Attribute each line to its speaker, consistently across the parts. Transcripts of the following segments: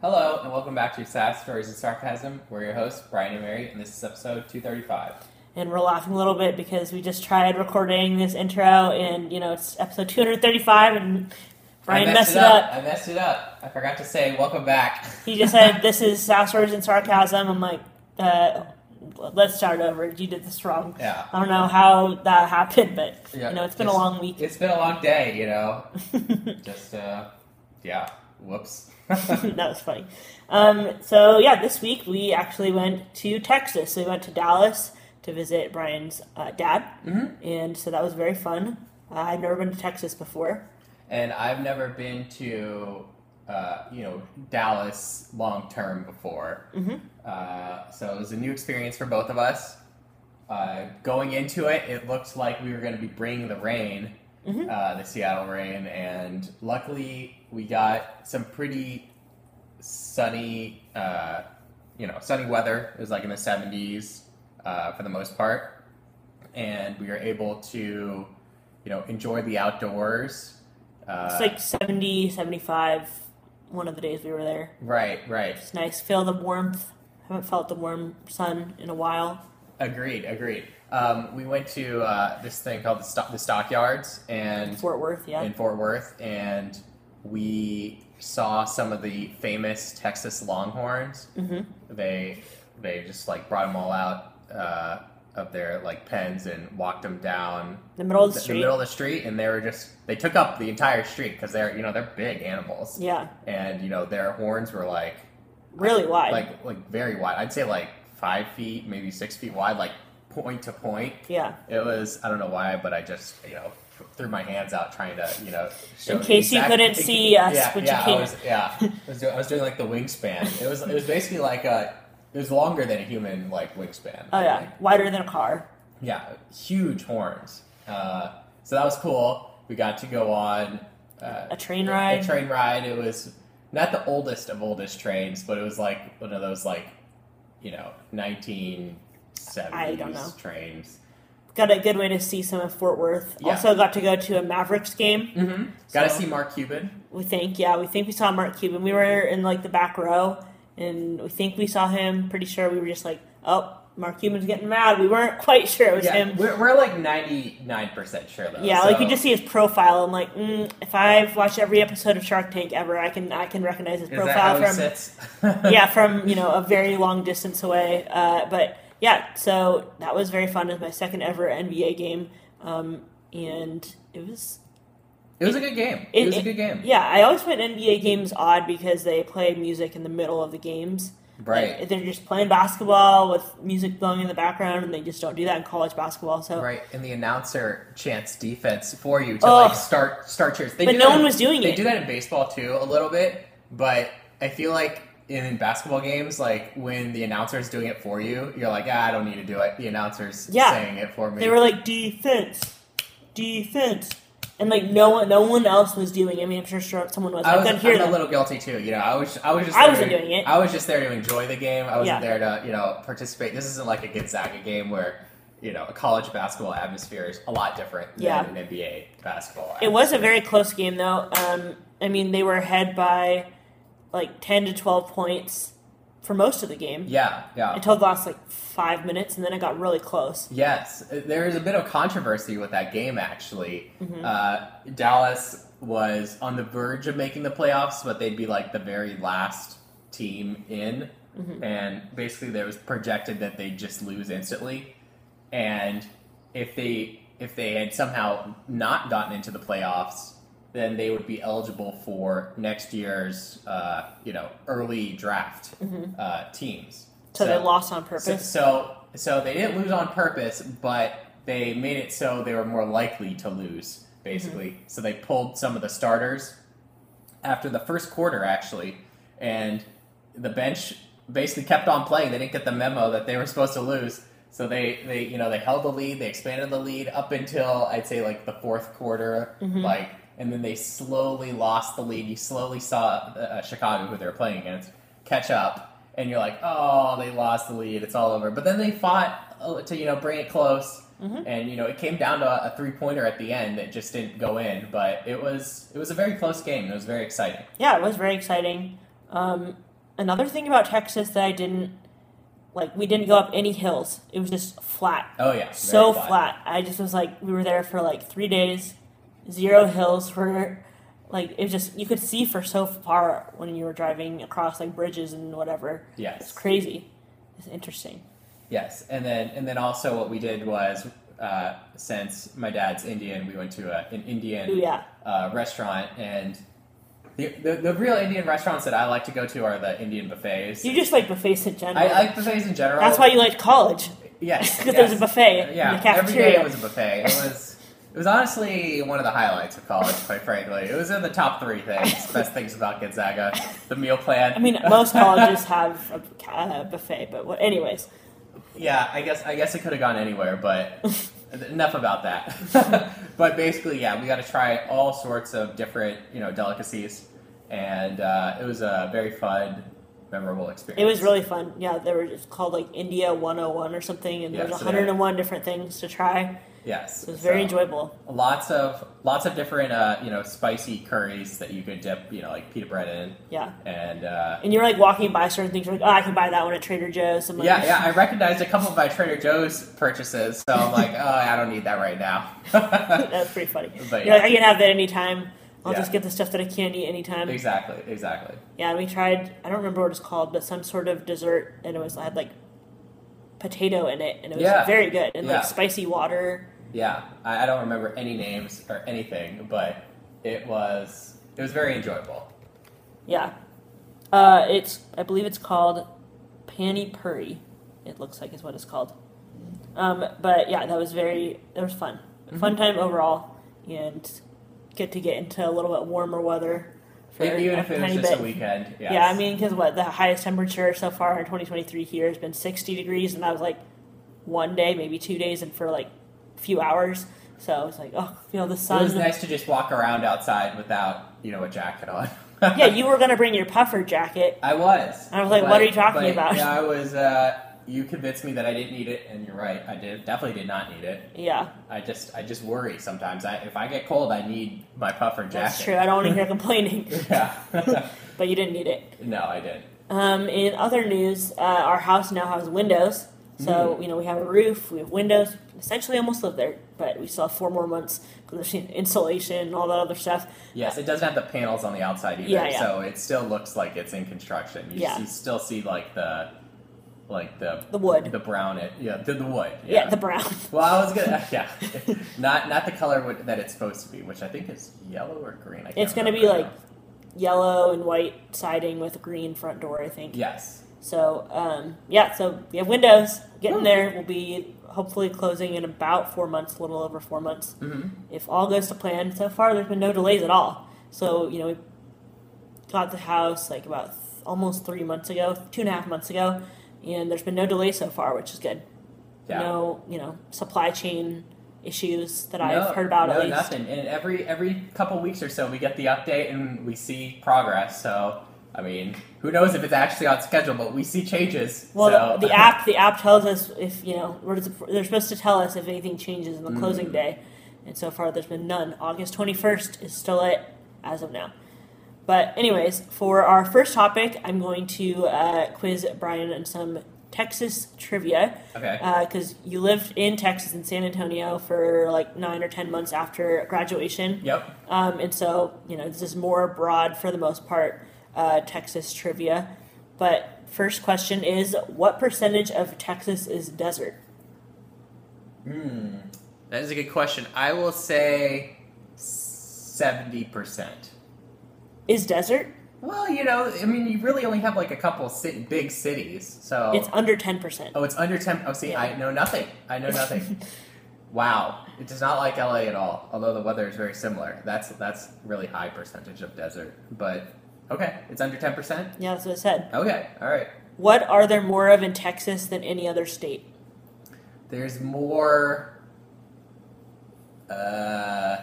Speaker 1: Hello, and welcome back to SAS Stories and Sarcasm. We're your hosts, Brian and Mary, and this is episode 235.
Speaker 2: and we're laughing a little bit because we just tried recording this intro and you know it's episode 235 and brian
Speaker 1: I
Speaker 2: messed,
Speaker 1: messed
Speaker 2: it up.
Speaker 1: I messed it up. I forgot to say, welcome back.
Speaker 2: he just said this is South Stories and sarcasm i'm like uh, let's start over you did this wrong
Speaker 1: yeah.
Speaker 2: i don't know how that happened but
Speaker 1: Yeah,
Speaker 2: you know it's been a
Speaker 1: it's-
Speaker 2: long week
Speaker 1: It's been a long day, you know. Just, uh, yeah. Whoops.
Speaker 2: that was funny um, so yeah this week we actually went to texas so we went to dallas to visit brian's uh, dad
Speaker 1: Mhm.
Speaker 2: and so that was very fun uh, i've never been to texas before
Speaker 1: and I've never been to, uh, you know, Dallas long term before.
Speaker 2: Mhm.
Speaker 1: Uh, so it was a new experience for both of us. Uh, going into it, it looked like we were going to be bringing the rain,
Speaker 2: Mhm.
Speaker 1: uh, the Seattle rain, and luckily we got some pretty sunny, uh, you know, sunny weather. It was like in the 70s uh, for the most part. And we were able to, you know, enjoy the outdoors. Uh,
Speaker 2: It's like 70, 75 one of the days we were there.
Speaker 1: right, right.
Speaker 2: It's nice. Feel the warmth. Haven't felt the warm sun in a while.
Speaker 1: Agreed, agreed. Um, we went to uh, this thing called the, stock the Stockyards and
Speaker 2: Fort Worth, yeah.
Speaker 1: in Fort Worth, and we saw some of the famous Texas Longhorns.
Speaker 2: hmm
Speaker 1: They they just like brought them all out uh, of their like pens and walked them down
Speaker 2: The middle of the
Speaker 1: the,
Speaker 2: street.
Speaker 1: middle of the street, and they were just they took up the entire street because they're you know they're big animals,
Speaker 2: Yeah,
Speaker 1: and you know their horns were like
Speaker 2: really wide.
Speaker 1: like like very wide. I'd say like five feet, maybe six feet wide, like point to point.
Speaker 2: yeah.
Speaker 1: It was I don't know why, but I just you know threw my hands out trying to you know. Show
Speaker 2: In case you couldn't see us,
Speaker 1: yeah,
Speaker 2: which you
Speaker 1: yeah, I
Speaker 2: can't.
Speaker 1: was, yeah. I was, doing, I was doing like the wingspan. It was it was basically like a it was longer than a human like wingspan.
Speaker 2: Oh,
Speaker 1: I
Speaker 2: yeah.
Speaker 1: think.
Speaker 2: Wider than a car.
Speaker 1: yeah, huge horns. Uh, so that was cool. We got to go on uh,
Speaker 2: A train ride.
Speaker 1: a train ride. It was not the oldest of oldest trains, but it was like one of those like, you know, nineteen
Speaker 2: I don't know.
Speaker 1: seventies trains.
Speaker 2: Got a good way to see some of Fort Worth.
Speaker 1: Yeah.
Speaker 2: Also got to go to a Mavericks game.
Speaker 1: Mm-hmm. Got to
Speaker 2: So-
Speaker 1: see Mark Cuban.
Speaker 2: We think, yeah, we think we saw Mark Cuban. We were in like the back row, and we think we saw him. Pretty sure we were just like, oh, Mark Cuban's getting mad. We weren't quite sure it was
Speaker 1: yeah,
Speaker 2: him.
Speaker 1: We're, we're like ninety nine percent sure though.
Speaker 2: Yeah, like you
Speaker 1: so-
Speaker 2: just see his profile. I'm like, mm, if I've watched every episode of Shark Tank ever, I can I can recognize his
Speaker 1: Is that how
Speaker 2: profile
Speaker 1: he
Speaker 2: from
Speaker 1: sits?
Speaker 2: yeah from you know a very long distance away. Uh, but yeah, so that was very fun. It was my second ever NBA game, um, and it was
Speaker 1: It was a good game. It,
Speaker 2: It-
Speaker 1: was a
Speaker 2: it-
Speaker 1: good game.
Speaker 2: yeah. I always find NBA games odd because they play music in the middle of the games.
Speaker 1: Right.
Speaker 2: Like, they're just playing basketball with music blowing in the background, and they just don't do that in college basketball. So.
Speaker 1: Right, and the announcer chants defense for you to
Speaker 2: Ugh.
Speaker 1: like start start cheers. They
Speaker 2: But
Speaker 1: do
Speaker 2: no
Speaker 1: that-
Speaker 2: one was doing
Speaker 1: They
Speaker 2: it.
Speaker 1: do that in baseball too a little bit, but I feel like in basketball games, like when the announcer's doing it for you, you're like, ah, I don't need to do it. The announcer's
Speaker 2: Yeah.
Speaker 1: saying it for me.
Speaker 2: They were like defense, defense, and like no one, no one else was doing. it. I mean, I'm sure sure someone was.
Speaker 1: I
Speaker 2: I
Speaker 1: was
Speaker 2: couldn't hear
Speaker 1: I'm a
Speaker 2: them.
Speaker 1: little guilty too. You know, I was I was just
Speaker 2: I
Speaker 1: there
Speaker 2: wasn't
Speaker 1: to-
Speaker 2: doing it.
Speaker 1: I was just there to enjoy the game. I wasn't there
Speaker 2: Yeah.
Speaker 1: to you know participate. This isn't like a Gonzaga game where. You know, a college basketball atmosphere is a lot different than
Speaker 2: Yeah.
Speaker 1: an NBA basketball.
Speaker 2: It was a very close game though. Um, I mean, they were ahead by like 10 to 12 points for most of the game
Speaker 1: yeah, yeah.
Speaker 2: until the last like five minutes, and then it got really close.
Speaker 1: Yes, there is a bit of controversy with that game actually.
Speaker 2: Mm-hmm.
Speaker 1: Uh, Dallas was on the verge of making the playoffs, but they'd be like the very last team in,
Speaker 2: Mm-hmm.
Speaker 1: and basically there was projected that they'd just lose instantly, and if they if they had somehow not gotten into the playoffs, then they would be eligible for next year's uh, you know early draft uh, teams.
Speaker 2: Mm-hmm. So, they lost on
Speaker 1: So,
Speaker 2: purpose.
Speaker 1: so so they didn't lose on purpose, but they made it so they were more likely to lose, basically. So they pulled some of the starters after the first quarter, actually, and the bench basically kept on playing. They didn't get the memo that they were supposed to lose. So they, they you know they held the lead, they expanded the lead up until I'd say like the fourth quarter, like, and then they slowly lost the lead. You slowly saw uh, Chicago, who they were playing against, catch up, and you're like, oh, they lost the lead, it's all over. But then they fought uh, to you know bring it close,
Speaker 2: Mm-hmm.
Speaker 1: and you know it came down to a, a three pointer at the end that just didn't go in. But it was it was a very close game. It was very exciting.
Speaker 2: yeah, it was very exciting. Um, another thing about Texas that I didn't like. We didn't go up any hills. It was just flat,
Speaker 1: Oh yeah, very
Speaker 2: so flat. I just was like, we were there for like three days, zero hills for like it was just you could see for so far when you were driving across like bridges and whatever. It's
Speaker 1: Yes,
Speaker 2: crazy. It's interesting.
Speaker 1: yes, and then and then also what we did was uh, since my dad's Indian, we went to a, an Indian
Speaker 2: Ooh, yeah.
Speaker 1: uh, restaurant, and the, the the real Indian restaurants that I like to go to are the Indian buffets.
Speaker 2: You just like buffets in general.
Speaker 1: I like buffets in general.
Speaker 2: That's why you liked college
Speaker 1: yes,
Speaker 2: because
Speaker 1: yes.
Speaker 2: there was a buffet in
Speaker 1: yeah,
Speaker 2: the
Speaker 1: every day
Speaker 2: cafeteria.
Speaker 1: it was a buffet. It was it was honestly one of the highlights of college, quite frankly. It was in the top three things, best things about Gonzaga, the meal plan.
Speaker 2: I mean, most colleges have a ca- a buffet, but what, anyways,
Speaker 1: Yeah, I guess I guess it could have gone anywhere, but enough about that. but basically, yeah, we got to try all sorts of different you know delicacies, and uh, it was a very fun, memorable experience.
Speaker 2: it was really fun. Yeah, they were just called like India 101 or something, and
Speaker 1: Yeah,
Speaker 2: there's
Speaker 1: so they-
Speaker 2: 101 different things to try.
Speaker 1: yes,
Speaker 2: It was very
Speaker 1: so,
Speaker 2: enjoyable.
Speaker 1: Lots of lots of different uh, you know spicy curries that you could dip you know like pita bread in,
Speaker 2: Yeah.
Speaker 1: and uh,
Speaker 2: And you're like walking by certain things, you're like, oh, I can buy that one at Trader Joe's. I'm like,
Speaker 1: yeah, yeah, I recognized a couple of my Trader Joe's purchases, so I'm like, oh, I don't need that right now.
Speaker 2: That's pretty funny.
Speaker 1: But
Speaker 2: You're
Speaker 1: yeah.
Speaker 2: like, I can have that anytime. I'll
Speaker 1: Yeah.
Speaker 2: just get the stuff that I can't eat anytime.
Speaker 1: exactly, exactly.
Speaker 2: Yeah, we tried. I don't remember what it's called, but some sort of dessert, and it was had like potato in it, and it was
Speaker 1: Yeah.
Speaker 2: very good, and
Speaker 1: Yeah.
Speaker 2: like spicy water.
Speaker 1: Yeah, I, I don't remember any names or anything, but it was it was very enjoyable.
Speaker 2: Yeah, uh, it's I believe it's called pani puri. It looks like is what it's called. Um, but yeah, that was very. It was fun,
Speaker 1: Mm-hmm.
Speaker 2: A fun time overall, and good to get into a little bit warmer weather. For
Speaker 1: E- Even
Speaker 2: a
Speaker 1: if it was
Speaker 2: tiny
Speaker 1: just
Speaker 2: bit.
Speaker 1: a weekend. Yes.
Speaker 2: Yeah, I mean, because what the highest temperature so far in 2023 here has been 60 degrees, and I was like one day, maybe two days, and for like a few hours. So I was like, oh, you know, the
Speaker 1: it was
Speaker 2: sun.
Speaker 1: nice to just walk around outside without you know a jacket on.
Speaker 2: yeah, you were gonna bring your puffer jacket.
Speaker 1: I was.
Speaker 2: I was like, what are you talking
Speaker 1: but,
Speaker 2: about?
Speaker 1: Yeah, I was. Uh, you convinced me that I didn't need it, and you're right. I did definitely did not need it.
Speaker 2: Yeah,
Speaker 1: I just I just worry sometimes. I if I get cold, I need my puffer jacket.
Speaker 2: that's true. I don't want to hear complaining,
Speaker 1: yeah.
Speaker 2: but you didn't need it.
Speaker 1: no, I did.
Speaker 2: Um, in other news, uh, our house now has windows. So, you know, we have a roof, we have windows. Essentially, almost live there, but we still have four more months because there's insulation and all that other stuff.
Speaker 1: Yes, it doesn't have the panels on the outside either,
Speaker 2: Yeah, yeah.
Speaker 1: so it still looks like it's in construction. You,
Speaker 2: Yeah.
Speaker 1: you still see like the, like the
Speaker 2: The wood.
Speaker 1: the brown it yeah the, the wood
Speaker 2: Yeah, the brown.
Speaker 1: well, I was gonna yeah, not not the color would- that it's supposed to be, which I think is yellow or green. I can't
Speaker 2: It's gonna
Speaker 1: remember now.
Speaker 2: be like- yellow and white siding with a green front door, I think.
Speaker 1: yes,
Speaker 2: So, um, yeah, so we have windows. Getting
Speaker 1: Hmm.
Speaker 2: there. We'll be hopefully closing in about four months, a little over four months.
Speaker 1: hmm
Speaker 2: If all goes to plan, so far there's been no delays at all. So, you know, we got the house like about th- almost three months ago, two and a half months ago, and there's been no delay so far, which is good.
Speaker 1: yeah.
Speaker 2: No, you know, supply chain issues that
Speaker 1: No,
Speaker 2: I've heard about
Speaker 1: no,
Speaker 2: at least.
Speaker 1: nothing. And every every couple weeks or so, we get the update and we see progress. So I mean, who knows if it's actually on schedule, but we see changes.
Speaker 2: Well,
Speaker 1: so.
Speaker 2: the, the app the app tells us if you know we're, they're supposed to tell us if anything changes in the closing day, and so far there's been none. August 21st is still it as of now. But anyways, for our first topic, I'm going to uh, quiz Brian on some Texas trivia
Speaker 1: okay.
Speaker 2: because you lived in Texas in San Antonio for like nine or ten months after graduation.
Speaker 1: Yep.
Speaker 2: Um, and so, you know, this is more broad for the most part, uh, Texas trivia. But first question is what percentage of Texas is desert?
Speaker 1: Hmm. That is a good question. I will say seventy percent.
Speaker 2: Is desert?
Speaker 1: Well, you know, I mean, you really only have like a couple city, big cities, so
Speaker 2: It's under 10%.
Speaker 1: oh, it's under ten. Oh, see,
Speaker 2: Yeah.
Speaker 1: I know nothing. I know nothing. wow, it does not like LA at all. Although the weather is very similar. That's that's really high percentage of desert, but okay, it's under ten percent.
Speaker 2: Yeah, that's what it said.
Speaker 1: Okay, all right.
Speaker 2: What are there more of in Texas than any other state?
Speaker 1: There's more uh,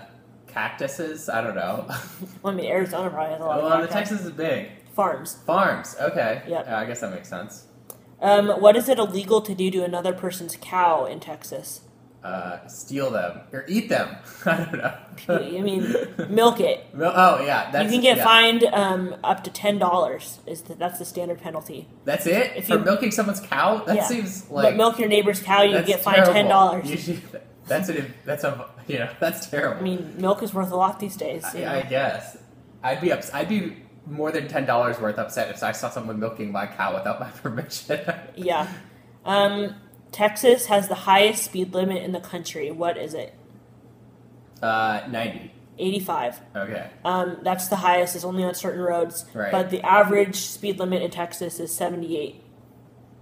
Speaker 1: cactuses. I don't know.
Speaker 2: Well, I mean, Arizona probably has a lot
Speaker 1: well,
Speaker 2: of
Speaker 1: the
Speaker 2: cacti.
Speaker 1: Texas is big.
Speaker 2: farms.
Speaker 1: Farms. Okay.
Speaker 2: Yep.
Speaker 1: Uh, I guess that makes sense.
Speaker 2: Um, what is it illegal to do to another person's cow in Texas?
Speaker 1: uh, steal them or eat them. I don't know.
Speaker 2: I mean, milk it.
Speaker 1: Well, oh yeah,
Speaker 2: You
Speaker 1: that's,
Speaker 2: can get
Speaker 1: yeah.
Speaker 2: fined um, up to ten dollars. Is the, that's the standard penalty?
Speaker 1: That's it
Speaker 2: If
Speaker 1: for
Speaker 2: you-
Speaker 1: milking someone's cow. That
Speaker 2: Yeah.
Speaker 1: seems
Speaker 2: but
Speaker 1: like
Speaker 2: milk your neighbor's cow, you
Speaker 1: that's
Speaker 2: get fined ten
Speaker 1: terrible. You
Speaker 2: dollars.
Speaker 1: should- That's an, that's a you know that's terrible.
Speaker 2: I mean, milk is worth a lot these days. you know.
Speaker 1: I, I guess I'd be ups- I'd be more than ten dollars worth upset if I saw someone milking my cow without my permission.
Speaker 2: yeah. Um, Texas has the highest speed limit in the country. What is it?
Speaker 1: uh, ninety.
Speaker 2: Eighty-five.
Speaker 1: Okay.
Speaker 2: Um, that's the highest. It's only on certain roads.
Speaker 1: Right.
Speaker 2: But the average speed limit in Texas is 78.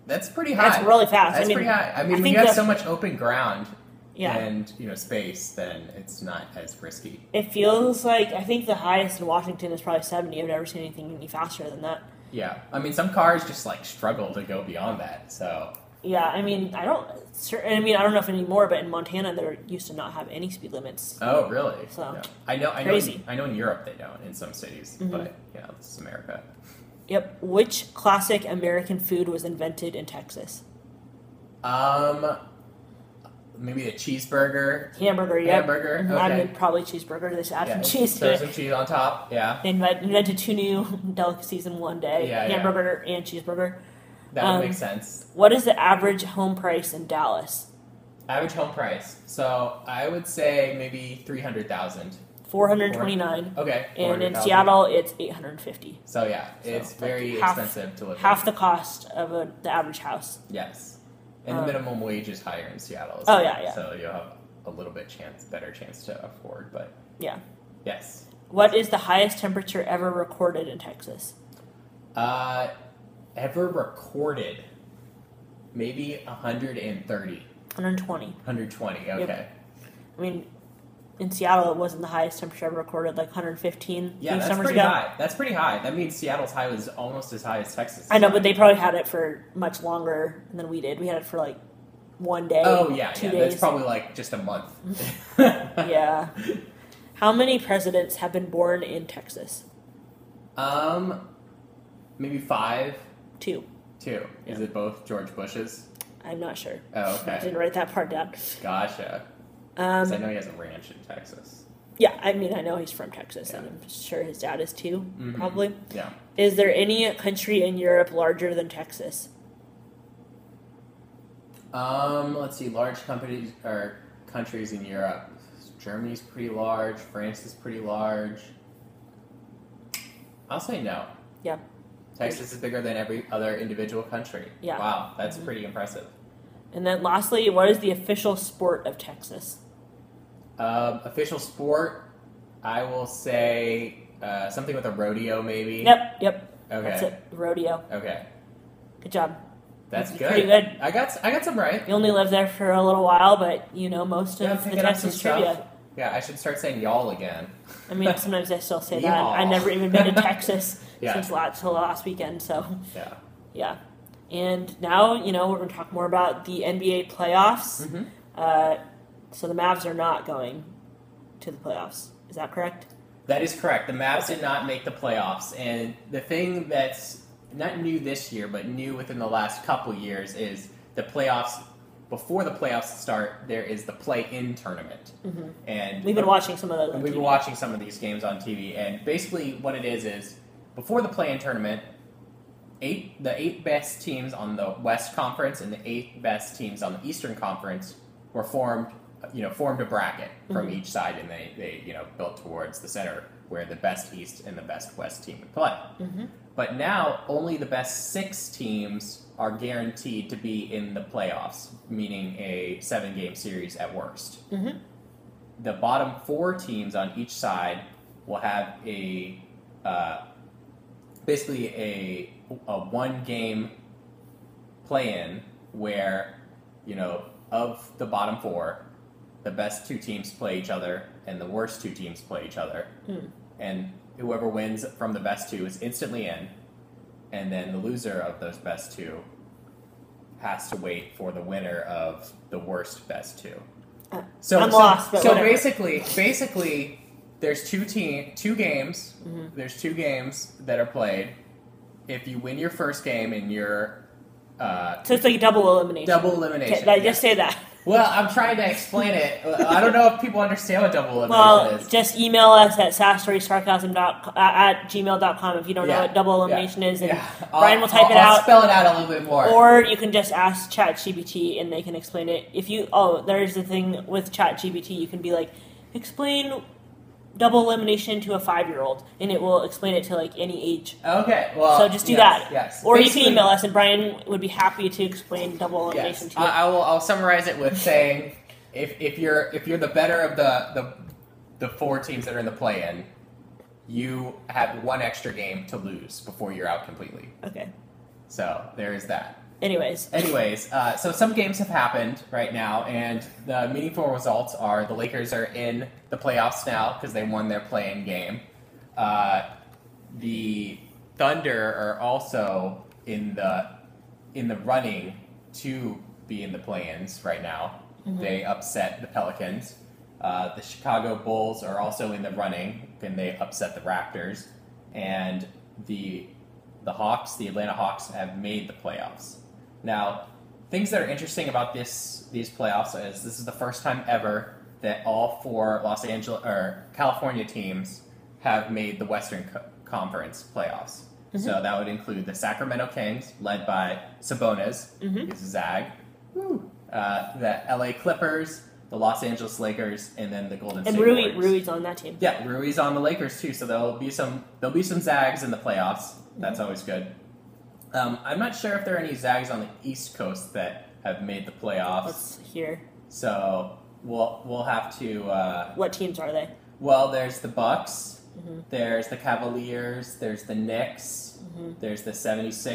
Speaker 1: That's pretty high.
Speaker 2: That's really fast.
Speaker 1: That's
Speaker 2: I mean,
Speaker 1: pretty high. I
Speaker 2: I
Speaker 1: mean, when
Speaker 2: think
Speaker 1: you have
Speaker 2: that-
Speaker 1: so much open ground
Speaker 2: yeah.
Speaker 1: and you know space, then it's not as risky.
Speaker 2: It feels like I think the highest in Washington is probably 70. I've never seen anything any faster than that.
Speaker 1: Yeah, I mean, some cars just like struggle to go beyond that. So
Speaker 2: Yeah, I mean, I don't. cer- I mean, I don't know if anymore, but in Montana, they're used to not have any speed limits.
Speaker 1: oh, really?
Speaker 2: So,
Speaker 1: Yeah. I know, I know,
Speaker 2: crazy.
Speaker 1: I know. In Europe, they don't in some cities,
Speaker 2: Mhm.
Speaker 1: but yeah, this is America.
Speaker 2: Yep. Which classic American food was invented in Texas?
Speaker 1: Um, maybe a cheeseburger,
Speaker 2: Hamburger. Yep.
Speaker 1: hamburger. Okay.
Speaker 2: I mean, probably cheeseburger. They should add
Speaker 1: yeah,
Speaker 2: some cheese to
Speaker 1: throw
Speaker 2: it.
Speaker 1: some cheese on top. Yeah,
Speaker 2: They invent- invented two new delicacies in one day:
Speaker 1: Yeah, yeah.
Speaker 2: hamburger and cheeseburger.
Speaker 1: that would
Speaker 2: Um,
Speaker 1: make sense.
Speaker 2: What is the average home price in Dallas?
Speaker 1: Average home price. So I would say maybe three hundred thousand.
Speaker 2: 429
Speaker 1: Okay.
Speaker 2: and in
Speaker 1: 400,000.
Speaker 2: Seattle it's 850.
Speaker 1: So yeah,
Speaker 2: So,
Speaker 1: it's
Speaker 2: like,
Speaker 1: very
Speaker 2: half-
Speaker 1: expensive to live.
Speaker 2: Half the cost of a, the average house.
Speaker 1: in. Yes, and
Speaker 2: Um,
Speaker 1: the minimum wage is higher in Seattle.
Speaker 2: Oh,
Speaker 1: so-
Speaker 2: yeah, yeah.
Speaker 1: So you'll have a little bit chance, better chance to afford. But
Speaker 2: Yeah.
Speaker 1: yes,
Speaker 2: What is the highest temperature ever recorded in Texas?
Speaker 1: uh, ever recorded? Maybe 130,
Speaker 2: 120.
Speaker 1: 120. Okay.
Speaker 2: I mean, in Seattle it wasn't the highest temperature ever recorded, like 115
Speaker 1: Yeah,
Speaker 2: these
Speaker 1: that's
Speaker 2: summers
Speaker 1: pretty
Speaker 2: ago.
Speaker 1: high. That's pretty high. That means Seattle's high was almost as high as Texas.
Speaker 2: I know, but they probably had it for much longer than we did. We had it for like one day.
Speaker 1: Oh yeah,
Speaker 2: two
Speaker 1: yeah.
Speaker 2: days.
Speaker 1: That's probably like just a month.
Speaker 2: yeah. How many presidents have been born in Texas?
Speaker 1: Um, maybe five,
Speaker 2: Two.
Speaker 1: two. Is
Speaker 2: Yeah.
Speaker 1: it both George Bush's?
Speaker 2: I'm not sure.
Speaker 1: Oh,
Speaker 2: I
Speaker 1: okay.
Speaker 2: didn't write that part down.
Speaker 1: Gotcha. 'Cause I
Speaker 2: Um,
Speaker 1: know he has a ranch in Texas.
Speaker 2: yeah, I mean, I know he's from Texas, and
Speaker 1: Yeah.
Speaker 2: I'm sure his dad is too,
Speaker 1: Mhm.
Speaker 2: probably.
Speaker 1: Yeah.
Speaker 2: Is there any country in Europe larger than Texas?
Speaker 1: Um, let's see. Large companies or countries in Europe. Germany's pretty large. France is pretty large. I'll say no.
Speaker 2: Yeah.
Speaker 1: Texas is bigger than every other individual country.
Speaker 2: Yeah.
Speaker 1: Wow, that's
Speaker 2: Mhm.
Speaker 1: pretty impressive.
Speaker 2: And then lastly, what is the official sport of Texas?
Speaker 1: Um, official sport, I will say uh, something with a rodeo, maybe.
Speaker 2: Yep, yep,
Speaker 1: Okay.
Speaker 2: that's it. Rodeo.
Speaker 1: Okay.
Speaker 2: Good job.
Speaker 1: That's good.
Speaker 2: Pretty good.
Speaker 1: I got I got some right.
Speaker 2: You only lived there for a little while, but you know most of
Speaker 1: Yeah, I'm
Speaker 2: the
Speaker 1: picking up some
Speaker 2: Texas
Speaker 1: stuff.
Speaker 2: trivia.
Speaker 1: Yeah, I should start saying y'all again.
Speaker 2: I mean, sometimes I still say that.
Speaker 1: Yeehaw.
Speaker 2: I've never even been to Texas
Speaker 1: Yeah.
Speaker 2: since last till last weekend, so
Speaker 1: Yeah.
Speaker 2: yeah. And now, you know, we're going to talk more about the NBA playoffs.
Speaker 1: hmm
Speaker 2: Uh, so the Mavs are not going to the playoffs. Is that correct?
Speaker 1: That is correct. The Mavs did not make the playoffs, and the thing that's not new this year, but new within the last couple years, is the playoffs. Before the playoffs start, there is the play-in tournament,
Speaker 2: Mhm.
Speaker 1: and
Speaker 2: We've been watching some of those. on
Speaker 1: And we've been
Speaker 2: TV.
Speaker 1: watching some of these games on TV, and basically what it is is before the play-in tournament, eight the eight best teams on the West Conference and the eight best teams on the Eastern Conference were formed, you know, formed a bracket from
Speaker 2: Mhm.
Speaker 1: each side, and they they you know built towards the center where the best East and the best West team would play.
Speaker 2: Mhm.
Speaker 1: But now only the best six teams are guaranteed to be in the playoffs, meaning a seven game series at worst
Speaker 2: Mhm.
Speaker 1: the bottom four teams on each side will have a uh, basically a, a one game play in where you know of the bottom four the best two teams play each other and the worst two teams play each other
Speaker 2: Hmm.
Speaker 1: and whoever wins from the best two is instantly in and then the loser of those best two has to wait for the winner of the worst best two
Speaker 2: Uh,
Speaker 1: so
Speaker 2: I'm
Speaker 1: so,
Speaker 2: lost, but
Speaker 1: so
Speaker 2: whatever.
Speaker 1: basically basically there's two team two games
Speaker 2: Mhm.
Speaker 1: there's two games that are played if you win your first game and you're uh,
Speaker 2: So it's like a double elimination.
Speaker 1: double elimination
Speaker 2: Okay, I just say that.
Speaker 1: Well, I'm trying to explain it. I don't know if people understand what double elimination
Speaker 2: Well,
Speaker 1: is.
Speaker 2: just email us at sastorysarcasm dot uh, at gmail.com if you don't know
Speaker 1: Yeah.
Speaker 2: what double
Speaker 1: Yeah.
Speaker 2: elimination is. And,
Speaker 1: yeah.
Speaker 2: Brian will type
Speaker 1: I'll,
Speaker 2: it
Speaker 1: I'll
Speaker 2: out.
Speaker 1: Spell it out a little bit more.
Speaker 2: Or you can just ask ChatGPT and they can explain it. If you oh, there's the thing with ChatGPT, you can be like, explain double elimination to a five year old, and it will explain it to like any age.
Speaker 1: okay. Well,
Speaker 2: so just do
Speaker 1: yes,
Speaker 2: that.
Speaker 1: Yes.
Speaker 2: Or you
Speaker 1: Basically,
Speaker 2: can email us, and Brian would be happy to explain double elimination
Speaker 1: Yes.
Speaker 2: to you.
Speaker 1: I, I will. I'll summarize it with saying, if, if you're if you're the better of the the the four teams that are in the play-in, you have one extra game to lose before you're out completely.
Speaker 2: okay.
Speaker 1: So there is that.
Speaker 2: Anyways.
Speaker 1: Anyways, uh, so some games have happened right now, and the meaningful results are the Lakers are in the playoffs now because they won their playing game. Uh, the Thunder are also in the in the running to be in the play-ins right now. They upset the Pelicans. Uh, the Chicago Bulls are also in the running, and they upset the Raptors. And the the Hawks, the Atlanta Hawks, have made the playoffs. Now, things that are interesting about this these playoffs is this is the first time ever that all four Los Angeles or California teams have made the Western Co- Conference playoffs.
Speaker 2: Mm-hmm.
Speaker 1: So that would include the Sacramento Kings, led by Sabonis,
Speaker 2: Mhm.
Speaker 1: who's a Zag, uh, the LA Clippers, the Los Angeles Lakers, and then the Golden
Speaker 2: And
Speaker 1: State
Speaker 2: Rui,
Speaker 1: Warriors.
Speaker 2: Rui's on that team.
Speaker 1: Yeah, Rui's on the Lakers too, so there'll be some there'll be some zags in the playoffs. That's always good. Um, I'm not sure if there are any zags on the East Coast that have made the playoffs,
Speaker 2: Let's hear.
Speaker 1: so we'll we'll have to. Uh,
Speaker 2: What teams are they?
Speaker 1: well, there's the Bucks,
Speaker 2: Mhm.
Speaker 1: there's the Cavaliers, there's the Knicks,
Speaker 2: Mhm.
Speaker 1: there's the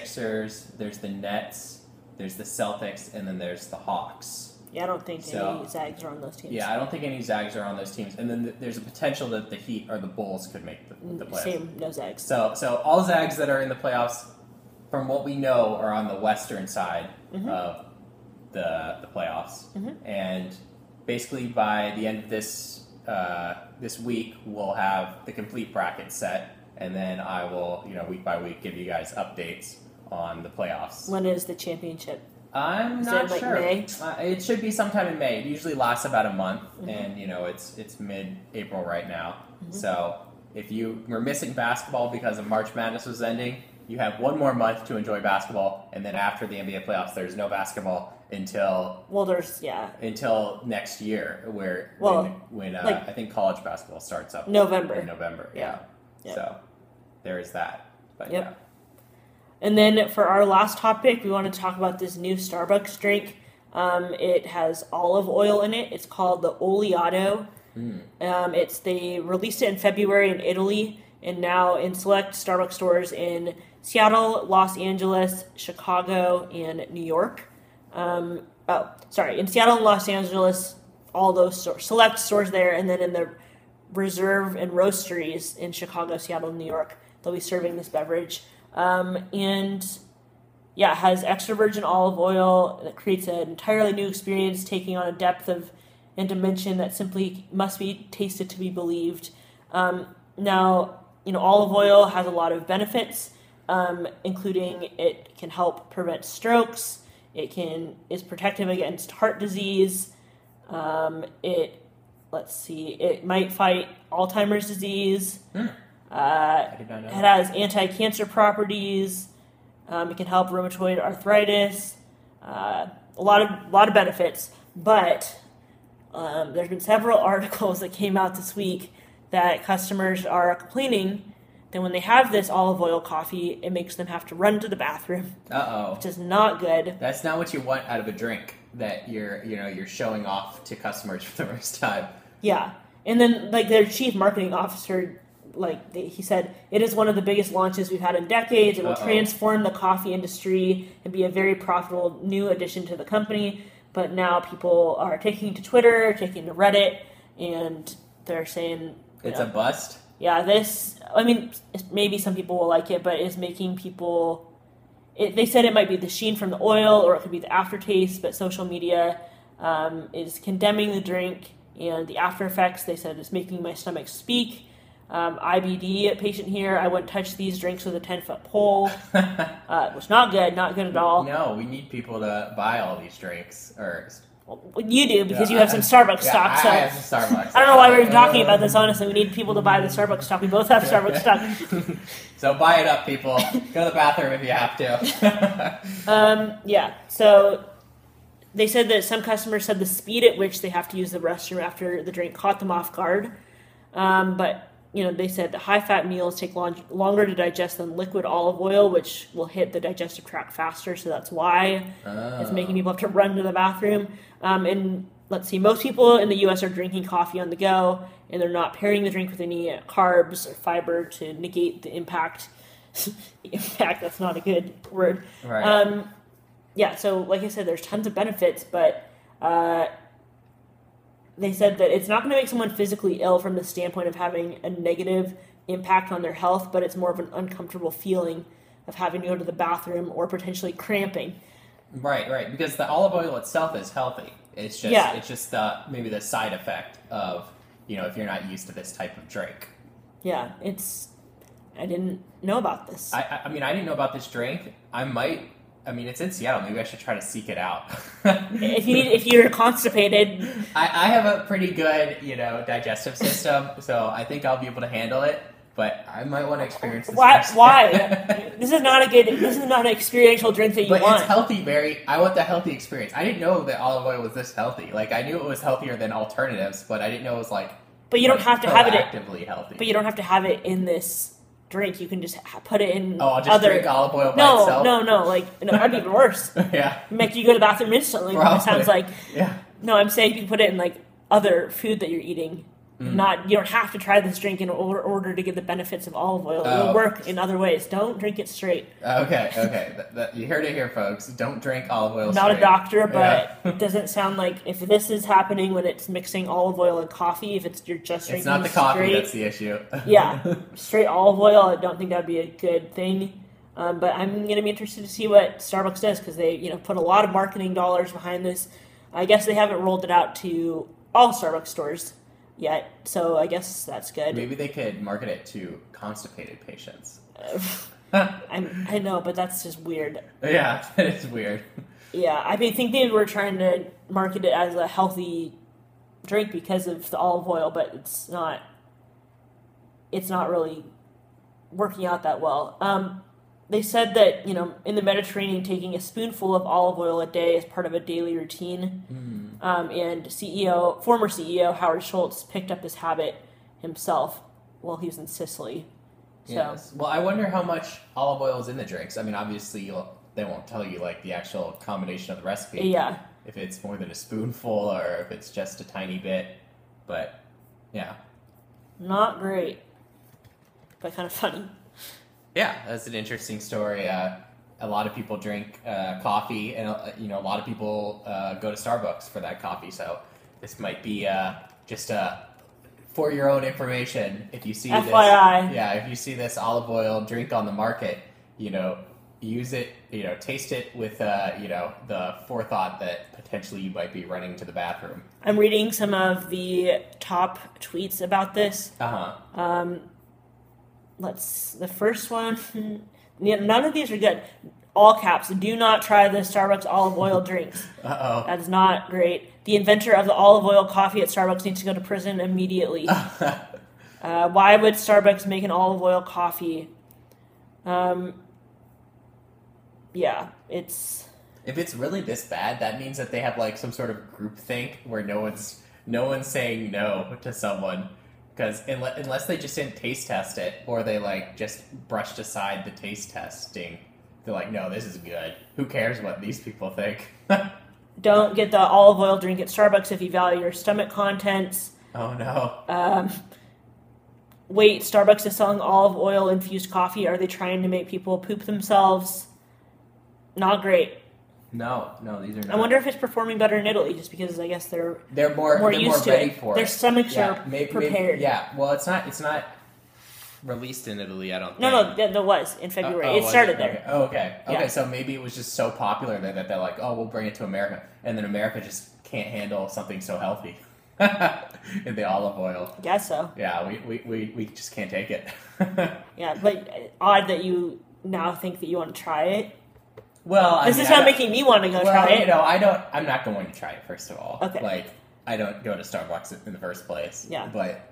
Speaker 1: 76ers, there's the Nets, there's the Celtics, and then there's the Hawks.
Speaker 2: Yeah, I don't think
Speaker 1: So-
Speaker 2: any Zags are on those teams.
Speaker 1: Yeah, I don't think any Zags are on those teams, and then th- there's a potential that the Heat or the Bulls could make the, the playoffs.
Speaker 2: Mm, Same, no Zags.
Speaker 1: So, so all Zags that are in the playoffs, from what we know, are on the western side
Speaker 2: Mhm.
Speaker 1: of the the playoffs,
Speaker 2: Mhm.
Speaker 1: and basically by the end of this uh, this week, we'll have the complete bracket set, and then I will, you know, week by week, give you guys updates on the playoffs.
Speaker 2: When is the championship?
Speaker 1: I'm
Speaker 2: Is
Speaker 1: not
Speaker 2: it, like,
Speaker 1: sure.
Speaker 2: May?
Speaker 1: Uh, it should be sometime in May. It usually lasts about a month,
Speaker 2: Mhm.
Speaker 1: and you know it's it's mid April right now.
Speaker 2: Mhm.
Speaker 1: So if you were missing basketball because of March Madness was ending, you have one more month to enjoy basketball, and then after the NBA playoffs, there's no basketball until
Speaker 2: Well, there's yeah,
Speaker 1: until next year, where
Speaker 2: Well,
Speaker 1: when, when uh,
Speaker 2: like-
Speaker 1: I think college basketball starts up in
Speaker 2: November.
Speaker 1: November. Yeah.
Speaker 2: Yeah. Yeah.
Speaker 1: So there is that. But
Speaker 2: Yep. And then for our last topic, we want to talk about this new Starbucks drink. Um, it has olive oil in it. It's called the Oleato.
Speaker 1: yeah. Mm.
Speaker 2: Um, it's they released it in February in Italy, and now in select Starbucks stores in Seattle, Los Angeles, Chicago, and New York. Um, oh, sorry, in Seattle and Los Angeles, all those stor- select stores there, and then in the reserve and roasteries in Chicago, Seattle, and New York, they'll be serving this beverage. Um, and yeah, it has extra virgin olive oil that creates an entirely new experience, taking on a depth of and dimension that simply must be tasted to be believed. Um, now, you know, olive oil has a lot of benefits, um, including it can help prevent strokes. It can is protective against heart disease. Um, it let's see, it might fight Alzheimer's disease.
Speaker 1: Hmm.
Speaker 2: Uh,
Speaker 1: I did not know.
Speaker 2: it has anti-cancer properties. Um, it can help rheumatoid arthritis. Uh, a lot of lot of benefits, but um, there's been several articles that came out this week that customers are complaining that when they have this olive oil coffee, it makes them have to run to the bathroom,
Speaker 1: Uh oh.
Speaker 2: which is not good.
Speaker 1: That's not what you want out of a drink that you're you know you're showing off to customers for the first time.
Speaker 2: Yeah, and then like their chief marketing officer, like they, he said, it is one of the biggest launches we've had in decades. It will
Speaker 1: Uh-oh.
Speaker 2: transform the coffee industry and be a very profitable new addition to the company. But now people are taking to Twitter, taking to Reddit, and they're saying, you
Speaker 1: It's
Speaker 2: know,
Speaker 1: a bust.
Speaker 2: yeah, this. I mean, maybe some people will like it, but it's making people. It, they said it might be the sheen from the oil, or it could be the aftertaste. But social media um, is condemning the drink and the after effects. They said it's making my stomach speak. Um, IBD patient here. I wouldn't touch these drinks with a ten foot pole. Uh, it was not good. Not good at all.
Speaker 1: no, we need people to buy all these drinks or
Speaker 2: Well, you do because
Speaker 1: Yeah,
Speaker 2: you have some Starbucks
Speaker 1: Yeah,
Speaker 2: stock.
Speaker 1: I,
Speaker 2: So
Speaker 1: I
Speaker 2: I,
Speaker 1: have some Starbucks.
Speaker 2: don't know why we're talking about this. Honestly, we need people to buy the Starbucks stock. We both have Starbucks stock.
Speaker 1: so buy it up, people. Go to the bathroom if you have to.
Speaker 2: Um, yeah. So they said that some customers said the speed at which they have to use the restroom after the drink caught them off guard. Um, but you know, they said that high-fat meals take long, longer to digest than liquid olive oil, which will hit the digestive tract faster. So that's why it's
Speaker 1: Oh.
Speaker 2: making people have to run to the bathroom. Um, and let's see, most people in the U.S. are drinking coffee on the go, and they're not pairing the drink with any carbs or fiber to negate the impact. impact. That's not a good word.
Speaker 1: Oh, Right.
Speaker 2: Um, yeah. So, like I said, there's tons of benefits, but uh, they said that it's not going to make someone physically ill from the standpoint of having a negative impact on their health, but it's more of an uncomfortable feeling of having to go to the bathroom or potentially cramping.
Speaker 1: right, right. Because the olive oil itself is healthy. It's just
Speaker 2: Yeah.
Speaker 1: it's just uh, maybe the side effect of you know if you're not used to this type of drink.
Speaker 2: Yeah, it's. I didn't know about this.
Speaker 1: I- I, I mean, I didn't know about this drink. I might. I mean, it's in Seattle. Maybe I should try to seek it out. I,
Speaker 2: if you need, if you're constipated,
Speaker 1: I have a pretty good, you know, digestive system, so I think I'll be able to handle it. But I might want to experience this.
Speaker 2: why?
Speaker 1: first.
Speaker 2: Why? this is not a good. This is not an experiential drink that you
Speaker 1: but
Speaker 2: want.
Speaker 1: it's healthy, Mary. I want the healthy experience. I didn't know that olive oil was this healthy. Like I knew it was healthier than alternatives, but I didn't know it was like.
Speaker 2: but you don't
Speaker 1: like,
Speaker 2: have to have it. at-
Speaker 1: proactively healthy.
Speaker 2: But you don't have to have it in this drink. You can just ha- put it in
Speaker 1: oh, I'll just
Speaker 2: other.
Speaker 1: drink olive oil by
Speaker 2: no,
Speaker 1: itself.
Speaker 2: no, no. Like no, that'd be even worse.
Speaker 1: yeah,
Speaker 2: Make you go to the bathroom instantly. It sounds
Speaker 1: Probably.
Speaker 2: like
Speaker 1: yeah.
Speaker 2: no. I'm saying you can put it in like other food that you're eating.
Speaker 1: Mm.
Speaker 2: Not you don't have to try this drink in or- order to get the benefits of olive oil.
Speaker 1: Oh.
Speaker 2: It'll work in other ways. Don't drink it straight.
Speaker 1: Okay, okay. That, that, you heard it here, folks. Don't drink olive oil.
Speaker 2: not a
Speaker 1: straight.
Speaker 2: doctor, but
Speaker 1: Yeah.
Speaker 2: it doesn't sound like if this is happening when it's mixing olive oil and coffee, if it's you're just drinking
Speaker 1: it's not the coffee
Speaker 2: straight,
Speaker 1: that's the issue.
Speaker 2: yeah, straight olive oil, I don't think that'd be a good thing. Um, but I'm gonna be interested to see what Starbucks does because they you know put a lot of marketing dollars behind this. I guess they haven't rolled it out to all Starbucks stores yet, so I guess that's good.
Speaker 1: Maybe they could market it to constipated patients.
Speaker 2: I'm, I know, but that's just weird.
Speaker 1: yeah, that is weird.
Speaker 2: Yeah, I mean, think they were trying to market it as a healthy drink because of the olive oil, but it's not. It's not really working out that well. Um, they said that you know in the Mediterranean, taking a spoonful of olive oil a day is part of a daily routine.
Speaker 1: Hmm.
Speaker 2: Um, and CEO, former CEO Howard Schultz picked up this habit himself while he was in Sicily. So
Speaker 1: Yes. Well, I wonder how much olive oil is in the drinks. I mean, obviously, you'll, they won't tell you like the actual combination of the recipe.
Speaker 2: yeah,
Speaker 1: If it's more than a spoonful or if it's just a tiny bit, but yeah,
Speaker 2: not great, but kind of funny.
Speaker 1: yeah, that's an interesting story. Uh, a lot of people drink uh, coffee, and uh, you know, a lot of people uh, go to Starbucks for that coffee. So this might be uh, just uh, for your own information. If you see this,
Speaker 2: FYI.
Speaker 1: yeah, if you see this olive oil drink on the market, you know, use it. You know, taste it with uh, you know the forethought that potentially you might be running to the bathroom.
Speaker 2: I'm reading some of the top tweets about this.
Speaker 1: Uh huh.
Speaker 2: Let's the first one. yeah, None of these are good. All caps. Do not try the Starbucks olive oil drinks.
Speaker 1: Uh
Speaker 2: That's not great. The inventor of the olive oil coffee at Starbucks needs to go to prison immediately.
Speaker 1: oh.
Speaker 2: Uh, why would Starbucks make an olive oil coffee? Um, yeah, it's
Speaker 1: If it's really this bad, that means that they have like some sort of groupthink where no one's no one's saying no to someone because unless, unless they just didn't taste test it or they like just brushed aside the taste testing, they're like, no, this is good. Who cares what these people think? oh
Speaker 2: don't get the olive oil drink at Starbucks if you value your stomach contents.
Speaker 1: Oh, no.
Speaker 2: Um, wait, Starbucks is selling olive oil infused coffee. Are they trying to make people poop themselves? Not great.
Speaker 1: No, no, these are not.
Speaker 2: I wonder if it's performing better in Italy, just because I guess they're
Speaker 1: they're more
Speaker 2: more
Speaker 1: they're
Speaker 2: used
Speaker 1: more
Speaker 2: to
Speaker 1: ready
Speaker 2: it.
Speaker 1: for
Speaker 2: Their
Speaker 1: it.
Speaker 2: stomachs
Speaker 1: yeah,
Speaker 2: are
Speaker 1: maybe,
Speaker 2: prepared.
Speaker 1: yeah, well, it's not it's not released in Italy, I don't
Speaker 2: No,
Speaker 1: think.
Speaker 2: no, that, that was in February.
Speaker 1: Oh, oh,
Speaker 2: it
Speaker 1: was
Speaker 2: started
Speaker 1: Okay.
Speaker 2: there.
Speaker 1: Oh, okay.
Speaker 2: Yeah.
Speaker 1: Okay, so maybe it was just so popular there that they're like, oh, we'll bring it to America. And then America just can't handle something so healthy. In the olive oil.
Speaker 2: I guess so.
Speaker 1: Yeah, we, we, we, we just can't take it.
Speaker 2: uh, Yeah, but odd that you now think that you want to try it.
Speaker 1: Well, I
Speaker 2: This
Speaker 1: mean,
Speaker 2: is
Speaker 1: I
Speaker 2: not
Speaker 1: don't-
Speaker 2: making me want to go
Speaker 1: well,
Speaker 2: try it.
Speaker 1: No, I don't. I'm not going to try it. First of all,
Speaker 2: Okay.
Speaker 1: Like, I don't go to Starbucks in the first place.
Speaker 2: Yeah.
Speaker 1: But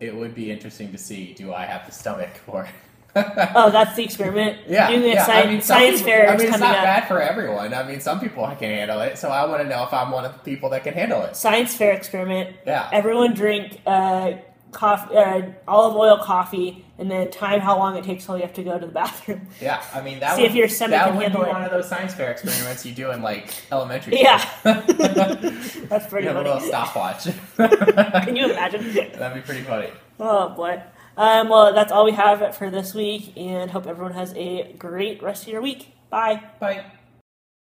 Speaker 1: it would be interesting to see. Do I have the stomach for? it?
Speaker 2: Oh, that's the experiment.
Speaker 1: yeah,
Speaker 2: Doing a
Speaker 1: yeah.
Speaker 2: sci-
Speaker 1: I mean, some
Speaker 2: science
Speaker 1: people-
Speaker 2: fair
Speaker 1: I mean,
Speaker 2: is
Speaker 1: it's
Speaker 2: coming
Speaker 1: not
Speaker 2: up.
Speaker 1: bad for everyone. I mean, some people can handle it. So I want to know if I'm one of the people that can handle it.
Speaker 2: Science fair experiment.
Speaker 1: Yeah.
Speaker 2: Everyone drink uh, coffee, uh, olive oil coffee, and then time how long it takes till you have to go to the bathroom.
Speaker 1: Yeah, I mean that
Speaker 2: See
Speaker 1: would,
Speaker 2: if your stomach
Speaker 1: that
Speaker 2: can
Speaker 1: would be
Speaker 2: handle it.
Speaker 1: one of those science fair experiments you do in like elementary.
Speaker 2: Yeah.
Speaker 1: school.
Speaker 2: That's pretty
Speaker 1: you have a little
Speaker 2: funny.
Speaker 1: stopwatch.
Speaker 2: Can
Speaker 1: Can
Speaker 2: you imagine?
Speaker 1: That'd be pretty funny.
Speaker 2: Oh boy. Um, well, that's all we have for this week, and hope everyone has a great rest of your week. Bye.
Speaker 1: Bye.